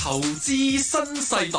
投資新世代，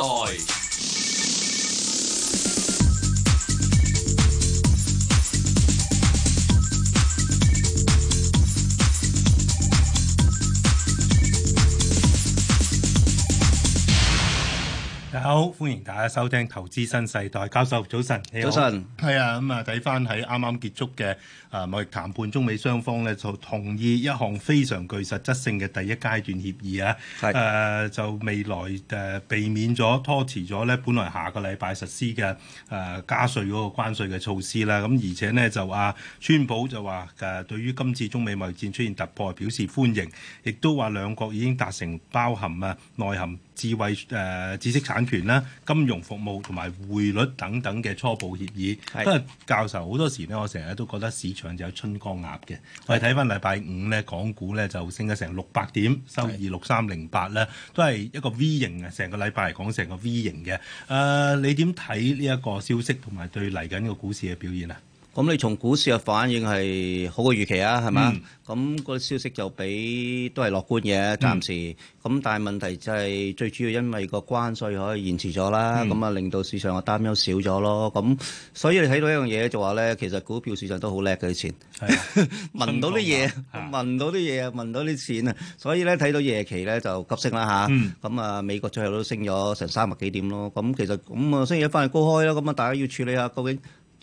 大家好，歡迎大家收聽投資新世代。教授早晨，你好早晨，係啊，咁啊睇翻喺啱啱結束嘅啊貿易談判，中美雙方咧就同意一項非常具實質性嘅第一階段協議啊。係誒、就未來誒、避免咗拖遲咗咧，本來下個禮拜實施嘅誒、加稅嗰個關稅嘅措施啦。咁而且呢，就啊，川普就話誒、對於今次中美貿易戰出現突破表示歡迎，亦都話兩國已經達成包含啊內涵。智慧誒、知識產權啦、金融服務同埋匯率等等嘅初步協議。係不過教授好多時咧，我成日都覺得市場就有春江鴨嘅。我哋睇翻禮拜五咧，港股咧就升咗成六百點，收二六三零八咧，都係一個 V 型嘅。成個禮拜嚟講，成個 V 型嘅。誒、呃你點睇呢一個消息同埋對嚟緊個股市嘅表現啊？咁你從股市嘅反應係好過預期啊，係嘛？咁嗯、個消息就比都係樂觀嘅，暫時。咁、但係問題就係最主要因為個關稅可以延遲咗啦，嗯咁啊、令到市場嘅擔憂少咗咯。咁所以你睇到一樣嘢就話咧，其實股票市場都好叻嘅以前。係啊聞到啲嘢，啊聞到啲嘢，聞到啲錢啊！所以咧睇到夜期咧就急升啦嗯吓，咁啊、美國最後都升咗成三百幾點咯。咁其實咁啊星期一翻嚟高開啦，咁啊大家要處理下究竟。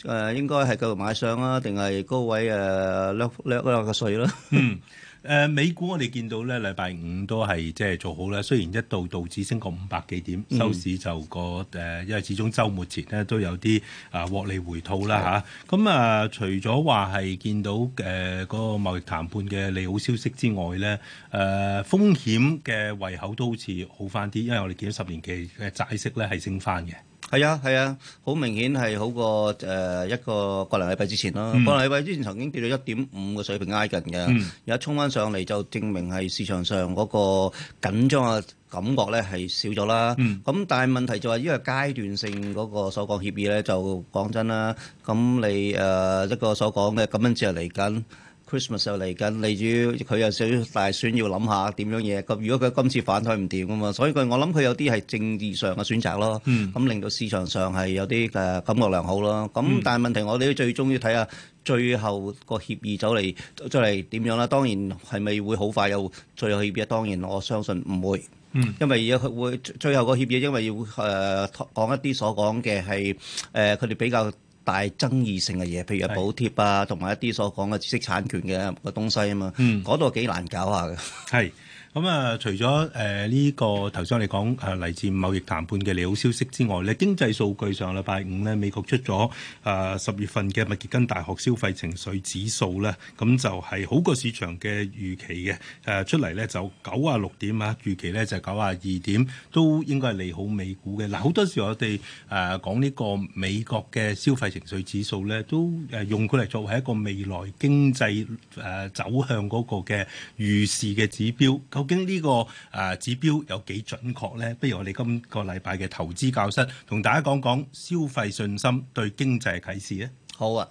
誒、應該係繼續買上啦，定係高位誒掠掠掠個税啦？嗯，誒、美股我哋見到咧，禮拜五都係即係做好啦。雖然一度道指升過五百幾點，嗯收市就個誒、因為始終週末前咧都有啲啊獲利回吐啦吓，咁啊，除咗話係見到誒呃嗰、個貿易談判嘅利好消息之外咧，誒、風險嘅胃口都好似好翻啲，因為我哋見到十年期嘅債息咧係升翻嘅。係啊，係啊，好明顯係好過誒、一個個零禮拜之前咯。嗯個零禮拜之前曾經跌到一點五嘅水平挨近嘅，嗯而家衝翻上嚟就證明係市場上嗰個緊張嘅感覺咧係少咗啦。咁、嗯但係問題就係呢個階段性嗰個所講協議咧，就講真啦，咁你誒、一個所講嘅感恩節又嚟緊。Christmas 又嚟緊，你主要佢有少少大選要諗下點樣嘢。咁如果佢今次反對唔掂噶嘛，所以佢我諗佢有啲係政治上嘅選擇咯。嗯咁、令到市場上係有啲誒感覺良好咯。咁、但係問題，我哋都最終要睇下最後個協議走嚟走嚟點樣啦。當然係咪會好快有最後協議？當然我相信唔會。嗯因為而家佢會最後個協議，因為要誒、呃、講一啲所講嘅係誒，佢、哋比較大爭議性嘅嘢，譬係如係補貼啊，同埋一啲所講嘅知識產權嘅個東西啊嘛，嗯嗰度幾難搞下嘅。 係。咁啊，除咗誒呢個頭先我哋講誒嚟自貿易談判嘅利好消息之外咧，經濟數據上禮拜五咧，美國出咗誒十月份嘅密歇根大學消費情緒指數咧，咁就係好過市場嘅預期嘅誒、呃出嚟咧就九啊六點啊，預期咧就九啊二點，都應該係利好美股嘅。嗱，好多時我哋誒講呢個美國嘅消費情緒指數咧，都誒用佢嚟作為一個未來經濟誒走向嗰個嘅預示嘅指標。究竟呢個誒指標有幾準確咧？不如我哋今個禮拜嘅投資教室同大家講講消費信心對經濟嘅啟示啊！好啊。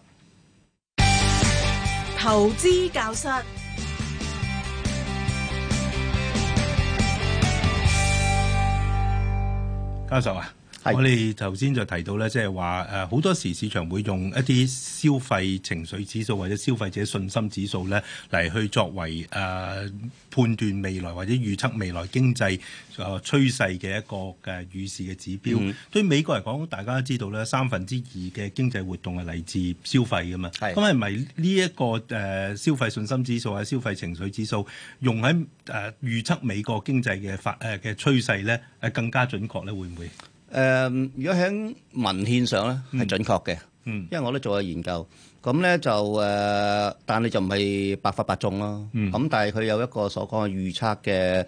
投資教室，教授啊，係我哋頭先就提到咧，即係話誒好多時市場會用一啲消費情緒指數或者消費者信心指數咧嚟去作為誒、呃判斷未來或者預測未來經濟誒趨勢嘅一個嘅預示嘅指標。嗯對美國嚟講，大家都知道咧，三分之二嘅經濟活動係嚟自消費噶嘛。係咁係咪呢一個誒、呃消費信心指數啊、消費情緒指數用喺誒、呃、預測美國經濟嘅發誒嘅趨勢咧，誒更加準確咧，會唔會？誒、如果喺文獻上咧係準確嘅，嗯因為我都做過研究。咁咧就誒、但係就唔係百發百中咯。咁、但係佢有一個所講嘅預測嘅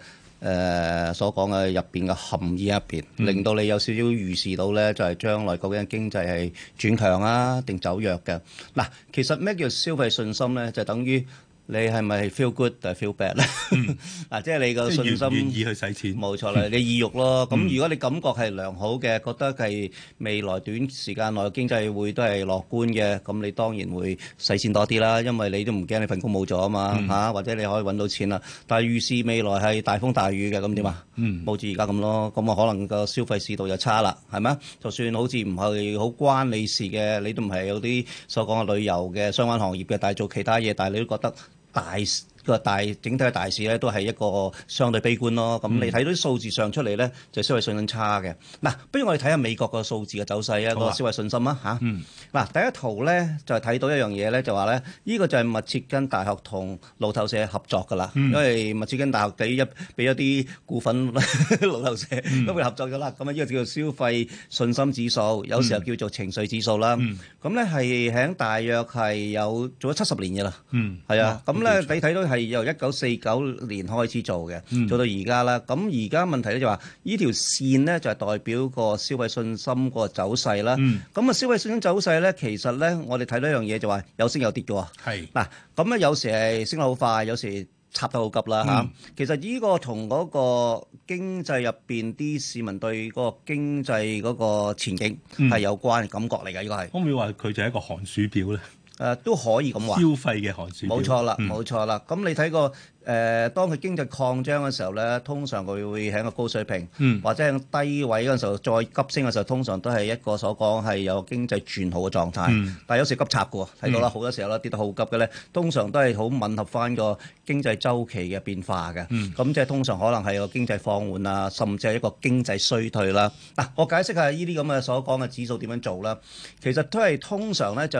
誒、所講嘅入邊嘅含義入邊，令到你有少少預示到咧，就係、將來究竟經濟係轉強啊定走弱嘅。嗱，其實咩叫消費信心咧？就等於你係咪 feel good 定係 feel bad 咧？ 嗱，即係你個即係呃信願唔願心意去使錢？嗯冇錯啦，你意欲咯。咁如果你感覺係良好嘅，覺得係未來短時間內經濟會都係樂觀嘅，咁你當然會使錢多啲啦，因為你都唔驚你份工冇咗啊嘛嗯嚇、或者你可以揾到錢啦。但係預示未來係大風大雨嘅，咁點啊？嗯冇似而家咁咯，咁啊可能個消費市道就差啦，係咪啊？就算好似唔係好關你事嘅，你都唔係有啲所講嘅旅遊嘅相關行業嘅，但係做其他嘢，但係你都覺得大個大整體嘅大市咧，都係一個相對悲觀咯。咁嗯你睇到啲數字上出嚟咧，就消費信心差嘅。嗱，不如我哋睇下美國個數字嘅走勢啊，好啊個消費信心啊嚇。嗯嗱，第一圖咧就係睇到一樣嘢咧，就話咧，呢個就係密切根大學同路透社合作㗎啦，嗯因為密切根大學俾一俾一啲股份 路透社，嗯咁佢合作咗啦，咁啊呢個叫做消費信心指數，有嗯時候叫做情緒指數啦，咁咧係喺大約係有做咗七十年嘅啦。嗯，係啊，哇咁咧你睇到係由一九四九年開始做嘅，做到而家啦。咁而家問題咧就話，呢條線咧就係代表個消費信心個走勢啦。嗯咁啊，消費信心走勢咧，其實咧我哋睇到一樣嘢就話有升有跌嘅喎。係嗱，咁咧有時係升得好快，有時插得好急啦嚇。其實呢個同嗰個經濟入邊啲市民對嗰個經濟嗰個前景係有關嘅感覺嚟嘅，呢個係可唔可以話佢就係一個寒暑表咧？誒呃都可以咁消話。費嘅寒暑表。冇錯啦，嗯冇錯啦。咁你睇個誒，當佢經濟擴張嘅時候咧，通常佢會喺個高水平，嗯或者喺低位嗰陣時候再急升嘅時候，通常都係一個所講係有經濟轉好嘅狀態。嗯但係有時急插嘅喎，睇到啦，好多時候啦跌得好急嘅咧，通常都係好吻合翻個經濟周期嘅變化嘅。咁、嗯即係通常可能係個經濟放緩啊，甚至係一個經濟衰退啦。嗱、我解釋下呢啲咁嘅所講嘅指數點樣做啦。其實都係通常咧就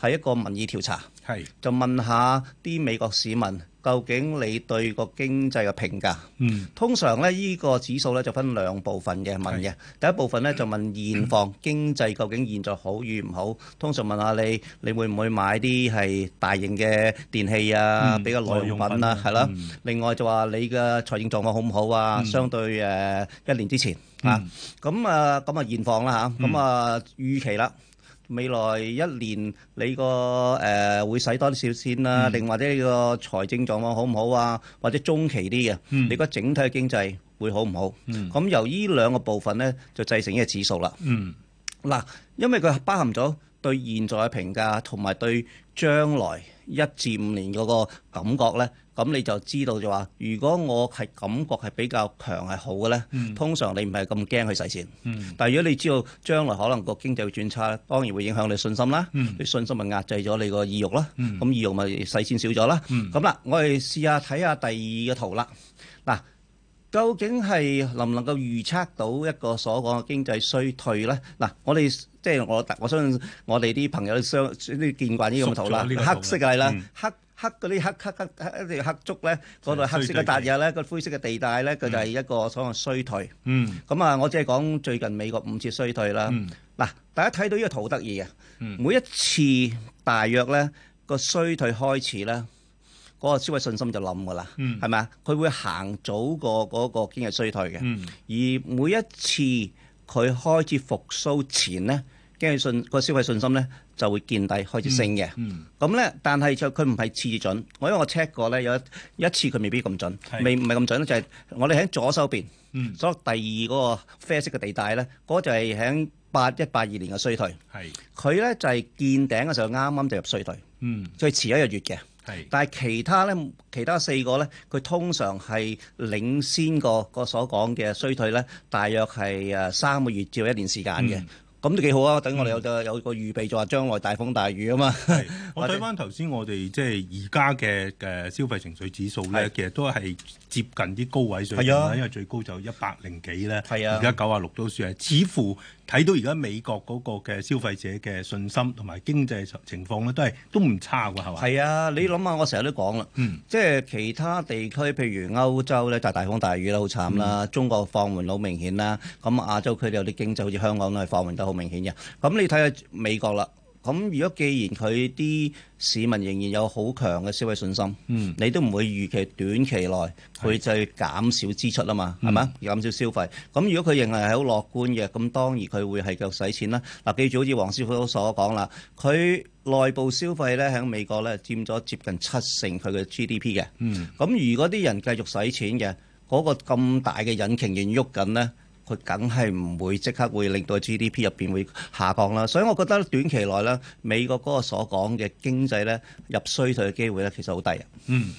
係一個民意調查。係就問下啲美國市民，究竟你對個經濟嘅評價？嗯通常咧，呢個指數咧就分兩部分嘅問嘅。第一部分咧就問現況經濟究竟現在好與唔好，通常問下你，你會唔會買啲係大型嘅電器啊，嗯比較耐用耐用品品啊啊，係啦嗯。另外就話你嘅財政狀況好唔好啊？相對誒一年之前嗯啊，咁啊咁啊現況啦嚇，咁啊預期啦。未來一年你個誒、呃、會使多啲少錢啦，定、或者你個財政狀況好唔好啊？或者中期啲嘅，你覺得整體嘅經濟會好唔好？咁、由呢兩個部分咧，就製成呢個指數啦。嗯嗱，因為佢包含咗對現在嘅評價，同埋對將來一至五年嗰個感覺咧，咁你就知道就話，如果我係感覺係比較強係好嘅咧，通常你唔係咁驚去使錢。嗯但係如果你知道將來可能個經濟會轉差咧，當然會影響你信心啦。嗯你信心咪壓制咗你個意欲啦，咁意欲咪使錢少咗啦。嗯咁啦，我哋試下睇下第二個圖啦。嗱。究竟係能唔能夠預測到一個所講嘅經濟衰退咧？嗱，我哋即係我我相信我哋啲朋友都相都見慣呢個圖啦熟咗呢，個圖啦黑色嘅係啦嗯，黑黑嗰啲黑黑黑黑一條黑竹咧，嗰度黑色衰退嘅期笪嘢咧，個灰色嘅地帶咧，佢就係一個所謂衰退。嗯咁啊，我只係講最近美國五次衰退啦。嗯嗱、大家睇到呢個圖得意嘅，每一次大約咧個衰退開始咧，嗰、個消費信心就冧噶啦，嗯係咪啊？佢會行早過嗰個經濟衰退嘅，嗯而每一次佢開始復甦前咧，經濟信個消費信心咧就會見底開始升嘅。嗯咁咧，但係就佢唔係次次準，我因為我 check 過咧，有一一次佢未必咁準，係未唔係咁準咧，就係、我哋喺左手邊，嗯所第二嗰個啡色嘅地帶咧，嗰、就係喺八一八二年嘅衰退，係佢咧就係、見頂嘅時候啱啱就入衰退，嗯最遲一個月嘅。係但係其他咧，其他四個咧，佢通常係領先個個所講嘅衰退咧，大約係誒三個月至到一年時間嘅。咁都幾好啊！等我哋有個有個預備，就話將來大風大雨啊嘛。係，我睇翻頭先我哋即係而家嘅誒消費情緒指數咧係，其實都係接近啲高位水平係啊啦，因為最高就一百零幾咧，係啊而家九啊六都算係。似乎睇到而家美國嗰個嘅消費者嘅信心同埋經濟情況咧，都係都唔差㗎，係嘛？係啊，你諗下，我成日都講啦，嗯即係其他地區，譬如歐洲咧就大風大雨啦，好慘嗯啦。中國放緩好明顯啦，咁亞洲區有啲經濟好似香港都係放緩得好明顯嘅。咁你睇下美國啦，咁如果既然佢啲市民仍然有好強嘅消費信心，嗯你都唔會預期短期內佢就減少支出啊嗯嘛，係嘛、減少消費。咁如果佢認為係好樂觀嘅，咁當然佢會係繼續使錢啦。嗱，記住好似黃師傅所講啦，佢內部消費咧喺美國咧佔咗接近七成佢嘅 GDP 嘅。嗯咁如果啲人繼續使錢嘅，嗰、個咁大嘅引擎仍然喐緊呢，佢梗係唔會即刻會令到 GDP 入邊會下降啦。所以我覺得短期內咧，美國嗰個所講嘅經濟呢，入衰退嘅機會呢，其實好低啊。嗯，